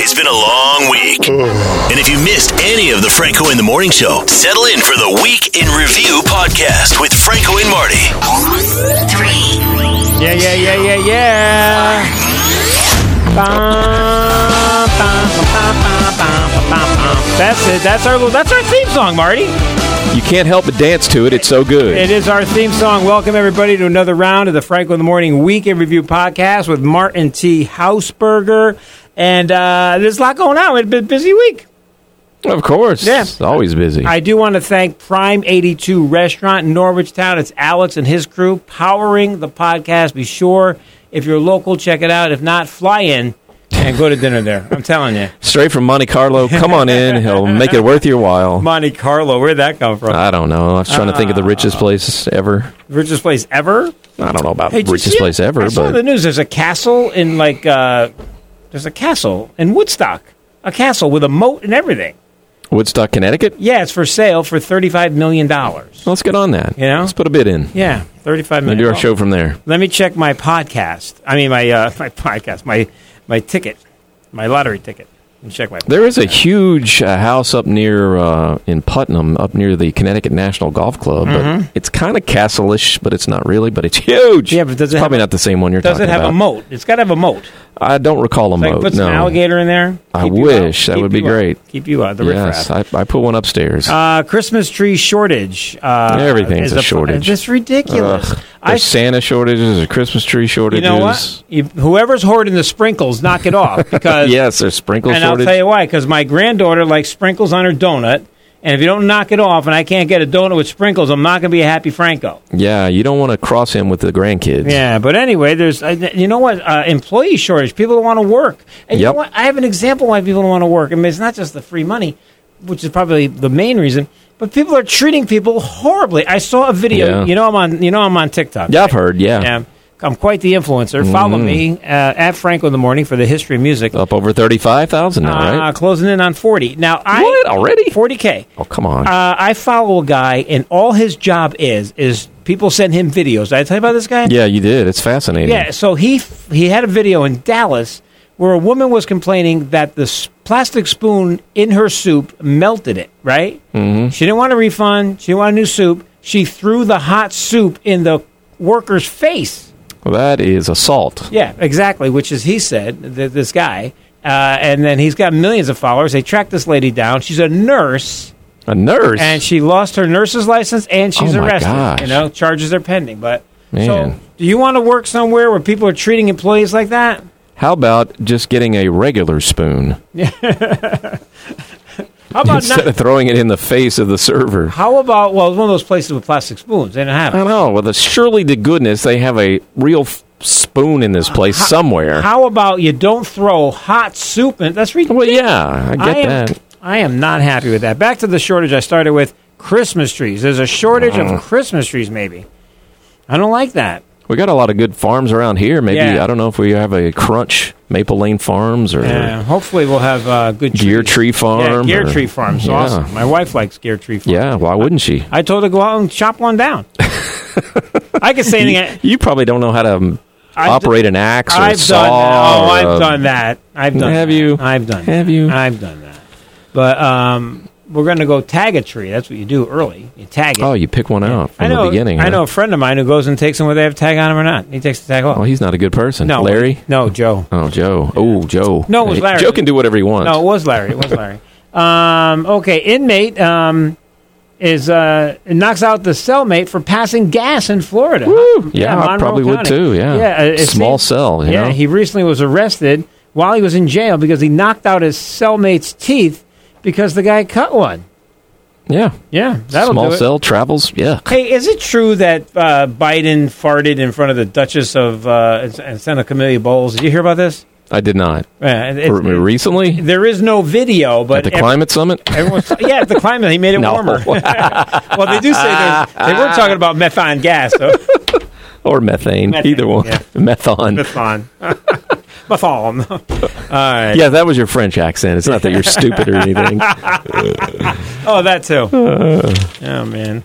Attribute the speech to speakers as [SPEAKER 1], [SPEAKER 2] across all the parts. [SPEAKER 1] It's been a long week. and if you missed any of the Franco in the Morning Show, settle in for the Week in Review podcast with Franco and Marty.
[SPEAKER 2] Yeah, yeah, yeah, yeah, yeah. Bum, bum, bum, bum, bum, bum, bum, bum. That's it. That's our that's our theme song, Marty.
[SPEAKER 3] You can't help but dance to it. It's so good.
[SPEAKER 2] It is our theme song. Welcome everybody to another round of the Franklin in the Morning Week in Review podcast with Martin T. Hausberger. And uh, there's a lot going on. It's been a busy week.
[SPEAKER 3] of course.
[SPEAKER 2] Yeah.
[SPEAKER 3] It's always busy.
[SPEAKER 2] I do want to thank Prime 82 Restaurant in Norwich Town. It's Alex and his crew powering the podcast. Be sure, if you're local, check it out. If not, fly in and go to dinner there. I'm telling you.
[SPEAKER 3] Straight from Monte Carlo. Come on in. He'll make it worth your while.
[SPEAKER 2] Monte Carlo, where'd that come from?
[SPEAKER 3] I don't know. I was trying to think of the richest place ever.
[SPEAKER 2] richest place ever?
[SPEAKER 3] I don't know about
[SPEAKER 2] Uh, Hey, did you
[SPEAKER 3] richest
[SPEAKER 2] see-
[SPEAKER 3] place ever,
[SPEAKER 2] I saw
[SPEAKER 3] but
[SPEAKER 2] the news. There's a castle in like, uh, there's a castle in Woodstock. A castle with a moat and everything.
[SPEAKER 3] Woodstock, Connecticut.
[SPEAKER 2] Yeah, it's for sale for $35 million.
[SPEAKER 3] Let's get on that.
[SPEAKER 2] You know?
[SPEAKER 3] Let's put a bid in.
[SPEAKER 2] Yeah, $35
[SPEAKER 3] And
[SPEAKER 2] million.
[SPEAKER 3] do our show from there.
[SPEAKER 2] Let me check my podcast. I mean, my uh, my podcast, my my ticket, my lottery ticket. Let me check my.
[SPEAKER 3] There is a huge uh, house up near uh, in Putnam, up near the Connecticut National Golf Club. But it's kind of castle-ish, but it's not really. But it's huge.
[SPEAKER 2] Mm-hmm. Yeah, but does
[SPEAKER 3] it's
[SPEAKER 2] it have
[SPEAKER 3] probably
[SPEAKER 2] a-
[SPEAKER 3] not the same one you're
[SPEAKER 2] Does
[SPEAKER 3] talking
[SPEAKER 2] it have
[SPEAKER 3] about.
[SPEAKER 2] a moat? It's got to have a moat.
[SPEAKER 3] I don't recall a
[SPEAKER 2] Like
[SPEAKER 3] moat.
[SPEAKER 2] put some
[SPEAKER 3] no.
[SPEAKER 2] alligator in there.
[SPEAKER 3] I
[SPEAKER 2] Keep you out.
[SPEAKER 3] wish. That
[SPEAKER 2] Keep
[SPEAKER 3] would be
[SPEAKER 2] you out.
[SPEAKER 3] great.
[SPEAKER 2] Keep you out. The
[SPEAKER 3] Yes,
[SPEAKER 2] riffraff.
[SPEAKER 3] I, I put one upstairs.
[SPEAKER 2] Uh, Christmas tree shortage. Uh, is
[SPEAKER 3] Everything's a shortage.
[SPEAKER 2] It's ridiculous.
[SPEAKER 3] Ugh.
[SPEAKER 2] I,
[SPEAKER 3] There's Santa shortages, there's Christmas tree
[SPEAKER 2] you
[SPEAKER 3] shortages.
[SPEAKER 2] know what? You- whoever's hoarding the sprinkles, knock it off because
[SPEAKER 3] Yes, there's sprinkle
[SPEAKER 2] and I'll
[SPEAKER 3] shortage.
[SPEAKER 2] tell you why. Because my granddaughter likes sprinkles on her donut, and if you don't knock it off, and I can't get a donut with sprinkles, I'm not going to be a happy Franco.
[SPEAKER 3] yeah, you don't want to cross him with the grandkids.
[SPEAKER 2] Yeah, but anyway, there's uh, th- you know what uh, employee shortage. People don't want to work, and you know
[SPEAKER 3] Yep.
[SPEAKER 2] what? I have an example why people don't want to work. I mean, it's not just the free money, which is probably the main reason, but people are treating people horribly. I saw a video.
[SPEAKER 3] Yeah.
[SPEAKER 2] You know, I'm on. You know, I'm on TikTok.
[SPEAKER 3] Yeah, I've heard. Mm-hmm. Yeah.
[SPEAKER 2] Yeah, I'm quite the influencer. Follow me uh, at Franco in the morning for the history of music.
[SPEAKER 3] Up over 35,000 now,
[SPEAKER 2] Uh,
[SPEAKER 3] right?
[SPEAKER 2] closing in on forty now. I,
[SPEAKER 3] What? Already?
[SPEAKER 2] forty k.
[SPEAKER 3] Oh, come on.
[SPEAKER 2] Uh, I follow a guy, and all his job is is people send him videos. Did I tell you about this guy?
[SPEAKER 3] yeah, you did. It's fascinating.
[SPEAKER 2] Yeah, so he he had a video in Dallas where a woman was complaining that the s- plastic spoon in her soup melted it. Right? Mm-hmm. She didn't want a refund. She didn't want a new soup. She threw the hot soup in the worker's face.
[SPEAKER 3] Well, that is assault.
[SPEAKER 2] Yeah, exactly. Which is he said th- this guy, uh, and then he's got millions of followers. They tracked this lady down. She's a nurse,
[SPEAKER 3] A nurse.
[SPEAKER 2] and she lost her nurse's license, and she's
[SPEAKER 3] Oh, my
[SPEAKER 2] arrested.
[SPEAKER 3] gosh.
[SPEAKER 2] You know, charges are pending. But so,
[SPEAKER 3] Man.
[SPEAKER 2] do you want to work somewhere where people are treating employees like that?
[SPEAKER 3] How about just getting a regular spoon
[SPEAKER 2] How about
[SPEAKER 3] instead
[SPEAKER 2] not?
[SPEAKER 3] of throwing it in the face of the server?
[SPEAKER 2] How about well, it was one of those places with plastic spoons. They didn't have
[SPEAKER 3] I
[SPEAKER 2] it.
[SPEAKER 3] don't know. Well, the, surely to goodness they have a real f- spoon in this place somewhere.
[SPEAKER 2] Uh, How about you don't throw hot soup in? That's ridiculous.
[SPEAKER 3] well, yeah, I get
[SPEAKER 2] I am,
[SPEAKER 3] that.
[SPEAKER 2] I am not happy with that. Back to the shortage I started with Christmas trees. There's a shortage of Christmas trees, maybe. I don't like that.
[SPEAKER 3] We got a lot of good farms around here. Maybe
[SPEAKER 2] Yeah.
[SPEAKER 3] I don't know if we have a Crunch Maple Lane Farms or
[SPEAKER 2] Yeah, hopefully, we'll have uh, good trees.
[SPEAKER 3] Gear Tree Farm.
[SPEAKER 2] Yeah, Gear
[SPEAKER 3] or-
[SPEAKER 2] Tree Farm's
[SPEAKER 3] yeah.
[SPEAKER 2] awesome. My wife likes Gear Tree Farm.
[SPEAKER 3] Yeah, why wouldn't she?
[SPEAKER 2] I told her to go out and chop one down. I could say anything. I-
[SPEAKER 3] You probably don't know how to um,
[SPEAKER 2] I've
[SPEAKER 3] operate an axe or a
[SPEAKER 2] I've
[SPEAKER 3] saw.
[SPEAKER 2] done that. Oh,
[SPEAKER 3] or
[SPEAKER 2] I've
[SPEAKER 3] a-
[SPEAKER 2] done that. I've done.
[SPEAKER 3] Have
[SPEAKER 2] that.
[SPEAKER 3] you?
[SPEAKER 2] I've done.
[SPEAKER 3] Have
[SPEAKER 2] that.
[SPEAKER 3] you?
[SPEAKER 2] I've done that. But um, we're going to go tag a tree. That's what you do early. You tag it.
[SPEAKER 3] Oh, you pick one out from
[SPEAKER 2] I know.
[SPEAKER 3] the beginning.
[SPEAKER 2] I
[SPEAKER 3] huh?
[SPEAKER 2] know a friend of mine who goes and takes them whether they have a tag on them or not. He takes the tag off.
[SPEAKER 3] Oh, he's not a good person.
[SPEAKER 2] no,
[SPEAKER 3] Larry.
[SPEAKER 2] No, Joe.
[SPEAKER 3] Oh, Joe. Oh, Joe.
[SPEAKER 2] No, it was
[SPEAKER 3] Hey,
[SPEAKER 2] Larry.
[SPEAKER 3] Joe can do whatever he wants.
[SPEAKER 2] No, it was Larry. It was Larry. um, okay, inmate um, is uh, knocks out the cellmate for passing gas in Florida.
[SPEAKER 3] Yeah, I
[SPEAKER 2] Monroe
[SPEAKER 3] probably would
[SPEAKER 2] County.
[SPEAKER 3] too. Yeah.
[SPEAKER 2] yeah. uh, it- it
[SPEAKER 3] Small
[SPEAKER 2] seems-
[SPEAKER 3] cell. You
[SPEAKER 2] yeah,
[SPEAKER 3] know?
[SPEAKER 2] he recently was arrested while he was in jail because he knocked out his cellmate's teeth because the guy cut one.
[SPEAKER 3] yeah.
[SPEAKER 2] Yeah, that'll
[SPEAKER 3] Small
[SPEAKER 2] do it.
[SPEAKER 3] cell travels. Yeah.
[SPEAKER 2] Hey, is it true that uh, Biden farted in front of the Duchess of uh, and- and Senator Camilla Bowles? Did you hear about this?
[SPEAKER 3] I did not.
[SPEAKER 2] Uh, it's-
[SPEAKER 3] Re- recently
[SPEAKER 2] there is no video, but
[SPEAKER 3] at the
[SPEAKER 2] ev-
[SPEAKER 3] climate summit.
[SPEAKER 2] everyone's- yeah, at the climate, he made it
[SPEAKER 3] No.
[SPEAKER 2] warmer. well, they do say there's- they were talking about methane gas, so
[SPEAKER 3] or methane,
[SPEAKER 2] Methane,
[SPEAKER 3] either one.
[SPEAKER 2] yeah.
[SPEAKER 3] Methane.
[SPEAKER 2] methane, methane. All right.
[SPEAKER 3] Yeah, that was your French accent. It's not that you're stupid or anything.
[SPEAKER 2] Oh, that too. oh man.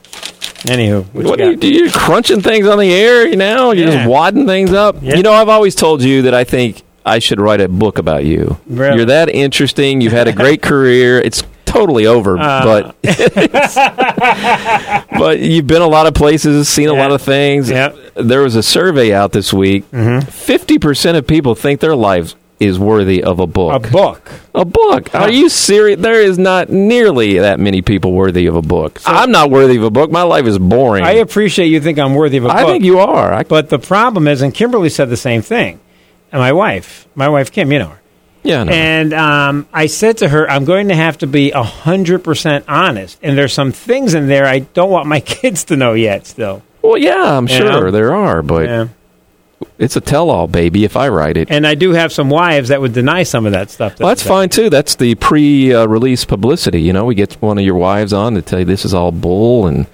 [SPEAKER 2] Anywho, what,
[SPEAKER 3] Uh. What
[SPEAKER 2] you
[SPEAKER 3] are
[SPEAKER 2] got?
[SPEAKER 3] you, do? you're crunching things on the air now. You're
[SPEAKER 2] Yeah.
[SPEAKER 3] just wadding things up.
[SPEAKER 2] Yeah.
[SPEAKER 3] You know, I've always told you that I think I should write a book about you.
[SPEAKER 2] Really?
[SPEAKER 3] You're that interesting. You've had a great career. It's totally over,
[SPEAKER 2] Uh.
[SPEAKER 3] but but you've been a lot of places, seen
[SPEAKER 2] Yeah.
[SPEAKER 3] a
[SPEAKER 2] Mm-hmm.
[SPEAKER 3] lot of things.
[SPEAKER 2] Yep.
[SPEAKER 3] There was a survey out this week. 50 percent of people think their life is worthy of a
[SPEAKER 2] A
[SPEAKER 3] book.
[SPEAKER 2] book.
[SPEAKER 3] A book? Are you serious? There is not nearly that many people worthy of a book. I'm not worthy of a book. My life is boring.
[SPEAKER 2] I appreciate you think I'm worthy of a
[SPEAKER 3] I
[SPEAKER 2] book.
[SPEAKER 3] think you are. I,
[SPEAKER 2] But the problem is, and Kimberly said the same thing, and my wife, my wife Kim, you know her.
[SPEAKER 3] yeah. I know.
[SPEAKER 2] And um, I said to her, I'm going to have to be 100% honest. And there's some things in there I don't want my kids to know yet, still.
[SPEAKER 3] Well, yeah, I'm
[SPEAKER 2] Yeah.
[SPEAKER 3] sure there are, but
[SPEAKER 2] Yeah.
[SPEAKER 3] it's a tell-all, baby. If I write it,
[SPEAKER 2] And I do have some wives that would deny some of that stuff.
[SPEAKER 3] well, that's
[SPEAKER 2] in there.
[SPEAKER 3] fine too. That's the pre-release publicity. You know, we get one of your wives on to tell you this is all bull, and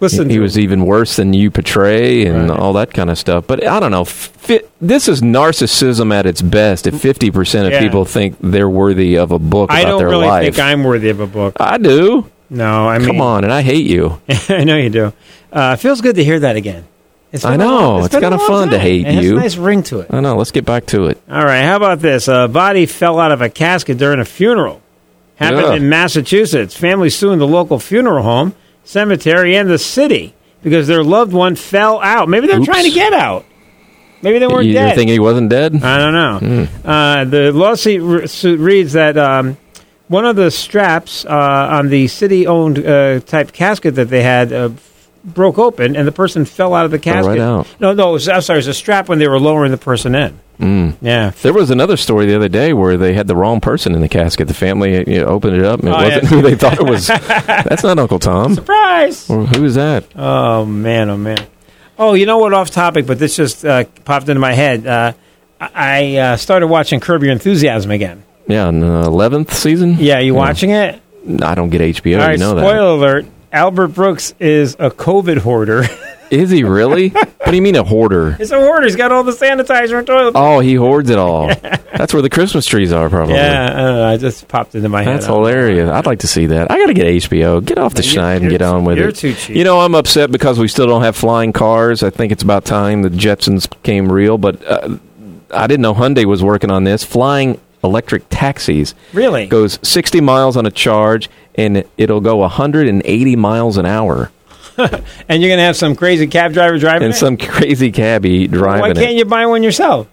[SPEAKER 2] Listen,
[SPEAKER 3] he was even worse than you portray, and
[SPEAKER 2] Right.
[SPEAKER 3] all that kind of stuff. But I don't know. Fi this is narcissism at its best. If fifty percent of
[SPEAKER 2] Yeah.
[SPEAKER 3] people think they're worthy of a book
[SPEAKER 2] I
[SPEAKER 3] about
[SPEAKER 2] don't
[SPEAKER 3] their
[SPEAKER 2] really
[SPEAKER 3] life,
[SPEAKER 2] think I'm worthy of a book.
[SPEAKER 3] I do.
[SPEAKER 2] No, I mean,
[SPEAKER 3] Come on, and I hate you.
[SPEAKER 2] I know you do. Uh, it feels good to hear that again. It's
[SPEAKER 3] I
[SPEAKER 2] been a
[SPEAKER 3] know.
[SPEAKER 2] long-
[SPEAKER 3] It's
[SPEAKER 2] been a
[SPEAKER 3] kinda
[SPEAKER 2] long
[SPEAKER 3] fun to
[SPEAKER 2] time.
[SPEAKER 3] hate
[SPEAKER 2] it has
[SPEAKER 3] you.
[SPEAKER 2] A nice ring to it.
[SPEAKER 3] I know. Let's get back to it.
[SPEAKER 2] All right, how about this? A body fell out of a casket during a funeral. Happened
[SPEAKER 3] Yeah.
[SPEAKER 2] in Massachusetts. Family suing the local funeral home, cemetery, and the city because their loved one fell out. Maybe they're
[SPEAKER 3] Oops.
[SPEAKER 2] trying to get out. Maybe they weren't
[SPEAKER 3] You're
[SPEAKER 2] dead.
[SPEAKER 3] thinking he wasn't dead?
[SPEAKER 2] I don't know. Uh, the lawsuit re- suit reads that um, one of the straps uh, on the city-owned uh, type casket that they had uh, broke open, and the person fell out of the casket.
[SPEAKER 3] out.
[SPEAKER 2] No, no, it was, I'm sorry, it was a strap when they were lowering the person in. Mm. Yeah.
[SPEAKER 3] There was another story the other day where they had the wrong person in the casket. The family you know, opened it up and it
[SPEAKER 2] Oh, yeah.
[SPEAKER 3] wasn't who they thought it was. That's not Uncle Tom.
[SPEAKER 2] Surprise!
[SPEAKER 3] Or who is that?
[SPEAKER 2] Oh man, oh man. Oh, you know what? Off topic, but this just uh, popped into my head. Uh, I I, uh, started watching Curb Your Enthusiasm again.
[SPEAKER 3] Yeah, in the eleventh season.
[SPEAKER 2] Yeah, you watching it?
[SPEAKER 3] I don't get HBO.
[SPEAKER 2] All right.
[SPEAKER 3] you know
[SPEAKER 2] spoiler alert: Albert Brooks is a COVID hoarder.
[SPEAKER 3] that? Is he really? what do you mean a hoarder?
[SPEAKER 2] He's a hoarder. He's got all the sanitizer and toilet.
[SPEAKER 3] Oh, he hoards it all. That's where the Christmas trees are, probably.
[SPEAKER 2] yeah, uh, I don't know. It just popped into my head.
[SPEAKER 3] That's hilarious. I'd like to see that. I got to get HBO. Get off the
[SPEAKER 2] You're-
[SPEAKER 3] schneid and
[SPEAKER 2] you're
[SPEAKER 3] get on
[SPEAKER 2] too-
[SPEAKER 3] with
[SPEAKER 2] you're
[SPEAKER 3] it.
[SPEAKER 2] too cheap.
[SPEAKER 3] You know, I'm upset because we still don't have flying cars. I think it's about time the Jetsons came real, but uh, I didn't know Hyundai was working on this. Flying electric taxis.
[SPEAKER 2] Really?
[SPEAKER 3] Goes 60 miles on a charge and it'll go 180 miles an hour.
[SPEAKER 2] And you're gonna have some crazy cab driver driving
[SPEAKER 3] And
[SPEAKER 2] it?
[SPEAKER 3] some crazy cabbie driving
[SPEAKER 2] Why can't
[SPEAKER 3] it.
[SPEAKER 2] you buy one yourself?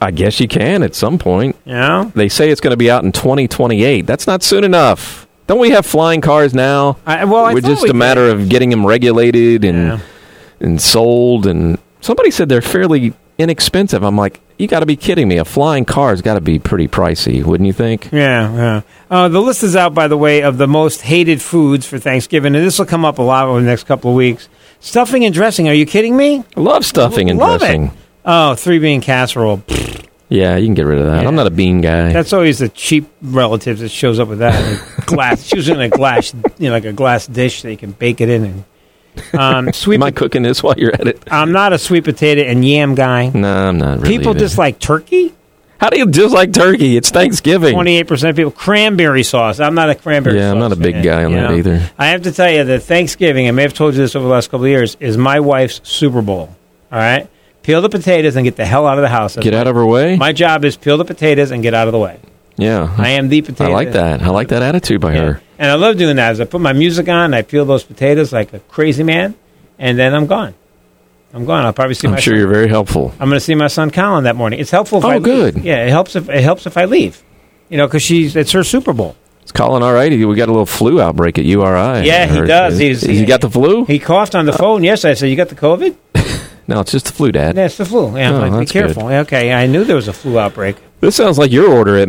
[SPEAKER 3] I guess you can at some point.
[SPEAKER 2] You know,
[SPEAKER 3] They say it's going to be out in 2028. That's not soon enough. Don't we have flying cars now?
[SPEAKER 2] I, well, I
[SPEAKER 3] we're
[SPEAKER 2] thought
[SPEAKER 3] just
[SPEAKER 2] we
[SPEAKER 3] a matter of getting them regulated and
[SPEAKER 2] Yeah.
[SPEAKER 3] and sold. And somebody said they're fairly inexpensive. I'm like, you got to be kidding me! A flying car's got to be pretty pricey, wouldn't you think?
[SPEAKER 2] Yeah, yeah. Uh, the list is out, by the way, of the most hated foods for Thanksgiving, and this will come up a lot over the next couple of weeks. Stuffing and dressing. Are you kidding me?
[SPEAKER 3] I love stuffing and
[SPEAKER 2] Love it.
[SPEAKER 3] dressing.
[SPEAKER 2] Oh, three bean casserole. Pfft,
[SPEAKER 3] Yeah, you can get rid of that.
[SPEAKER 2] Yeah.
[SPEAKER 3] I'm not a bean guy.
[SPEAKER 2] That's always the cheap relatives that shows up with that in a glass. It's usually in a glass, you know, like a glass dish that you can bake it in. And um, sweet.
[SPEAKER 3] Am I cooking this while you're at it?
[SPEAKER 2] I'm not a sweet potato and yam guy.
[SPEAKER 3] No, I'm not really.
[SPEAKER 2] People
[SPEAKER 3] either.
[SPEAKER 2] dislike turkey.
[SPEAKER 3] How do you dislike turkey? It's Thanksgiving.
[SPEAKER 2] Twenty-eight percent of people cranberry sauce. I'm not a cranberry.
[SPEAKER 3] Yeah, I'm
[SPEAKER 2] sauce
[SPEAKER 3] not a big
[SPEAKER 2] fan,
[SPEAKER 3] guy on
[SPEAKER 2] you
[SPEAKER 3] that either.
[SPEAKER 2] I have to tell you that Thanksgiving. I may have told you this over the last couple of years. Is my wife's Super Bowl. All right, peel the potatoes and get the hell out of the house.
[SPEAKER 3] Get out of her way.
[SPEAKER 2] My job is peel the potatoes and get out of the way.
[SPEAKER 3] yeah,
[SPEAKER 2] I am the potato.
[SPEAKER 3] I like that. I like that attitude by
[SPEAKER 2] Yeah.
[SPEAKER 3] her.
[SPEAKER 2] And I love doing that. As I put my music on, I peel those potatoes like a crazy man, and then I'm gone. I'm gone. I'll probably see.
[SPEAKER 3] I'm
[SPEAKER 2] my
[SPEAKER 3] sure
[SPEAKER 2] son.
[SPEAKER 3] you're very helpful.
[SPEAKER 2] I'm going to see my son Colin that morning. It's helpful. If
[SPEAKER 3] Oh,
[SPEAKER 2] I leave.
[SPEAKER 3] good.
[SPEAKER 2] Yeah, it helps if it helps if I leave. You know, because she's it's her Super Bowl.
[SPEAKER 3] It's Colin all right. We got a little flu outbreak at URI.
[SPEAKER 2] Yeah, he
[SPEAKER 3] Or-
[SPEAKER 2] does.
[SPEAKER 3] is-
[SPEAKER 2] He's-
[SPEAKER 3] has he got the flu? Uh,
[SPEAKER 2] He coughed on the phone yesterday. I said, "You got the COVID?"
[SPEAKER 3] no, it's just the flu, Dad.
[SPEAKER 2] That's the flu. Yeah,
[SPEAKER 3] Oh,
[SPEAKER 2] I'm like, be
[SPEAKER 3] that's good.
[SPEAKER 2] careful. Okay, I knew there was a flu outbreak.
[SPEAKER 3] This sounds like your order at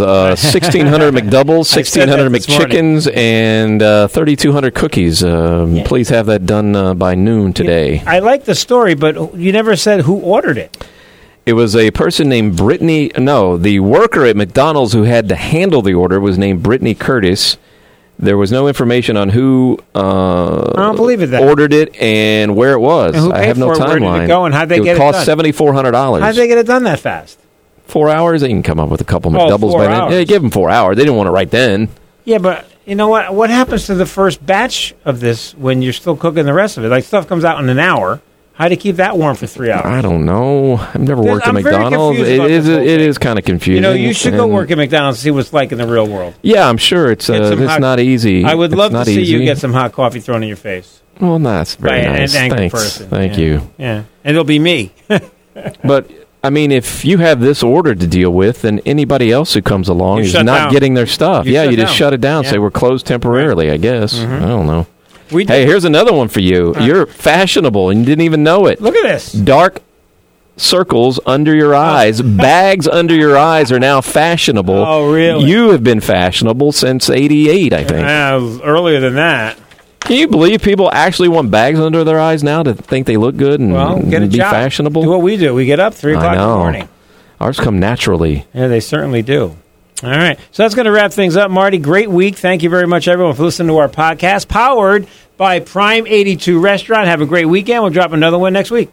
[SPEAKER 3] uh, sixteen hundred McDoubles,
[SPEAKER 2] I said
[SPEAKER 3] sixteen
[SPEAKER 2] that
[SPEAKER 3] hundred
[SPEAKER 2] this morning.
[SPEAKER 3] McChickens, and uh, thirty-two hundred cookies. Um,
[SPEAKER 2] Yeah.
[SPEAKER 3] Please have that done uh, by noon today.
[SPEAKER 2] I like the story, but you never said who ordered it.
[SPEAKER 3] It was a person named Brittany. No, the worker at McDonald's who had to handle the order was named Brittany Curtis. There was no information on who uh,
[SPEAKER 2] I don't believe it. That
[SPEAKER 3] ordered it and where it was.
[SPEAKER 2] And who
[SPEAKER 3] I
[SPEAKER 2] paid
[SPEAKER 3] have no
[SPEAKER 2] for it,
[SPEAKER 3] timeline.
[SPEAKER 2] where did it go, and how'd they
[SPEAKER 3] it
[SPEAKER 2] get it
[SPEAKER 3] cost
[SPEAKER 2] done?
[SPEAKER 3] seventy four hundred dollars.
[SPEAKER 2] how would they get it done that fast?
[SPEAKER 3] four hours. They can come up with a couple
[SPEAKER 2] Oh,
[SPEAKER 3] McDoubles
[SPEAKER 2] four
[SPEAKER 3] by
[SPEAKER 2] hours.
[SPEAKER 3] then. Yeah, give them four hours. They didn't want to write then.
[SPEAKER 2] Yeah, but you know what? What happens to the first batch of this when you're still cooking the rest of it? Like stuff comes out in an hour. How do you keep that warm for three hours?
[SPEAKER 3] I don't know. I've never
[SPEAKER 2] There's-
[SPEAKER 3] worked at
[SPEAKER 2] I'm very
[SPEAKER 3] McDonald's.
[SPEAKER 2] confused
[SPEAKER 3] It
[SPEAKER 2] about
[SPEAKER 3] is
[SPEAKER 2] this whole
[SPEAKER 3] it
[SPEAKER 2] thing.
[SPEAKER 3] is kind of confusing.
[SPEAKER 2] You know, you should go
[SPEAKER 3] and-
[SPEAKER 2] work at McDonald's and see what's like in the real world.
[SPEAKER 3] Yeah, I'm sure it's uh,
[SPEAKER 2] Get some
[SPEAKER 3] it's
[SPEAKER 2] hot-
[SPEAKER 3] not easy.
[SPEAKER 2] I would
[SPEAKER 3] It's
[SPEAKER 2] love to
[SPEAKER 3] not
[SPEAKER 2] see you
[SPEAKER 3] easy.
[SPEAKER 2] get some hot coffee thrown in your face
[SPEAKER 3] Well, no, that's very
[SPEAKER 2] by an-
[SPEAKER 3] nice.
[SPEAKER 2] an angry
[SPEAKER 3] Thanks.
[SPEAKER 2] person.
[SPEAKER 3] Thank
[SPEAKER 2] Yeah.
[SPEAKER 3] you.
[SPEAKER 2] Yeah, and it'll be me.
[SPEAKER 3] But I mean, if you have this order to deal with, then anybody else who comes along
[SPEAKER 2] You
[SPEAKER 3] is
[SPEAKER 2] shut
[SPEAKER 3] not
[SPEAKER 2] down.
[SPEAKER 3] getting their stuff.
[SPEAKER 2] You
[SPEAKER 3] yeah,
[SPEAKER 2] shut
[SPEAKER 3] you just
[SPEAKER 2] down.
[SPEAKER 3] shut it down.
[SPEAKER 2] Yeah. Mm-hmm.
[SPEAKER 3] Say we're closed temporarily. I guess. I don't know.
[SPEAKER 2] We
[SPEAKER 3] Hey,
[SPEAKER 2] did-
[SPEAKER 3] here's another one for you. You're fashionable and you didn't even know it.
[SPEAKER 2] look at this.
[SPEAKER 3] Dark circles under your eyes, bags under your eyes are now fashionable.
[SPEAKER 2] Oh, really?
[SPEAKER 3] You have been fashionable since 88, I think.
[SPEAKER 2] Uh, earlier than that,
[SPEAKER 3] Can you believe people actually want bags under their eyes now to think they look good and,
[SPEAKER 2] well, get a
[SPEAKER 3] and Mm, be
[SPEAKER 2] job.
[SPEAKER 3] fashionable?
[SPEAKER 2] Do what we do. We get up three
[SPEAKER 3] I
[SPEAKER 2] o'clock in the
[SPEAKER 3] know.
[SPEAKER 2] morning.
[SPEAKER 3] Ours come naturally.
[SPEAKER 2] Yeah, they certainly do. All right. So that's going to wrap things up, Marty. Great week. Thank you very much, everyone, for listening to our podcast, powered by Prime 82 Restaurant. Have a great weekend. We'll drop another one next week.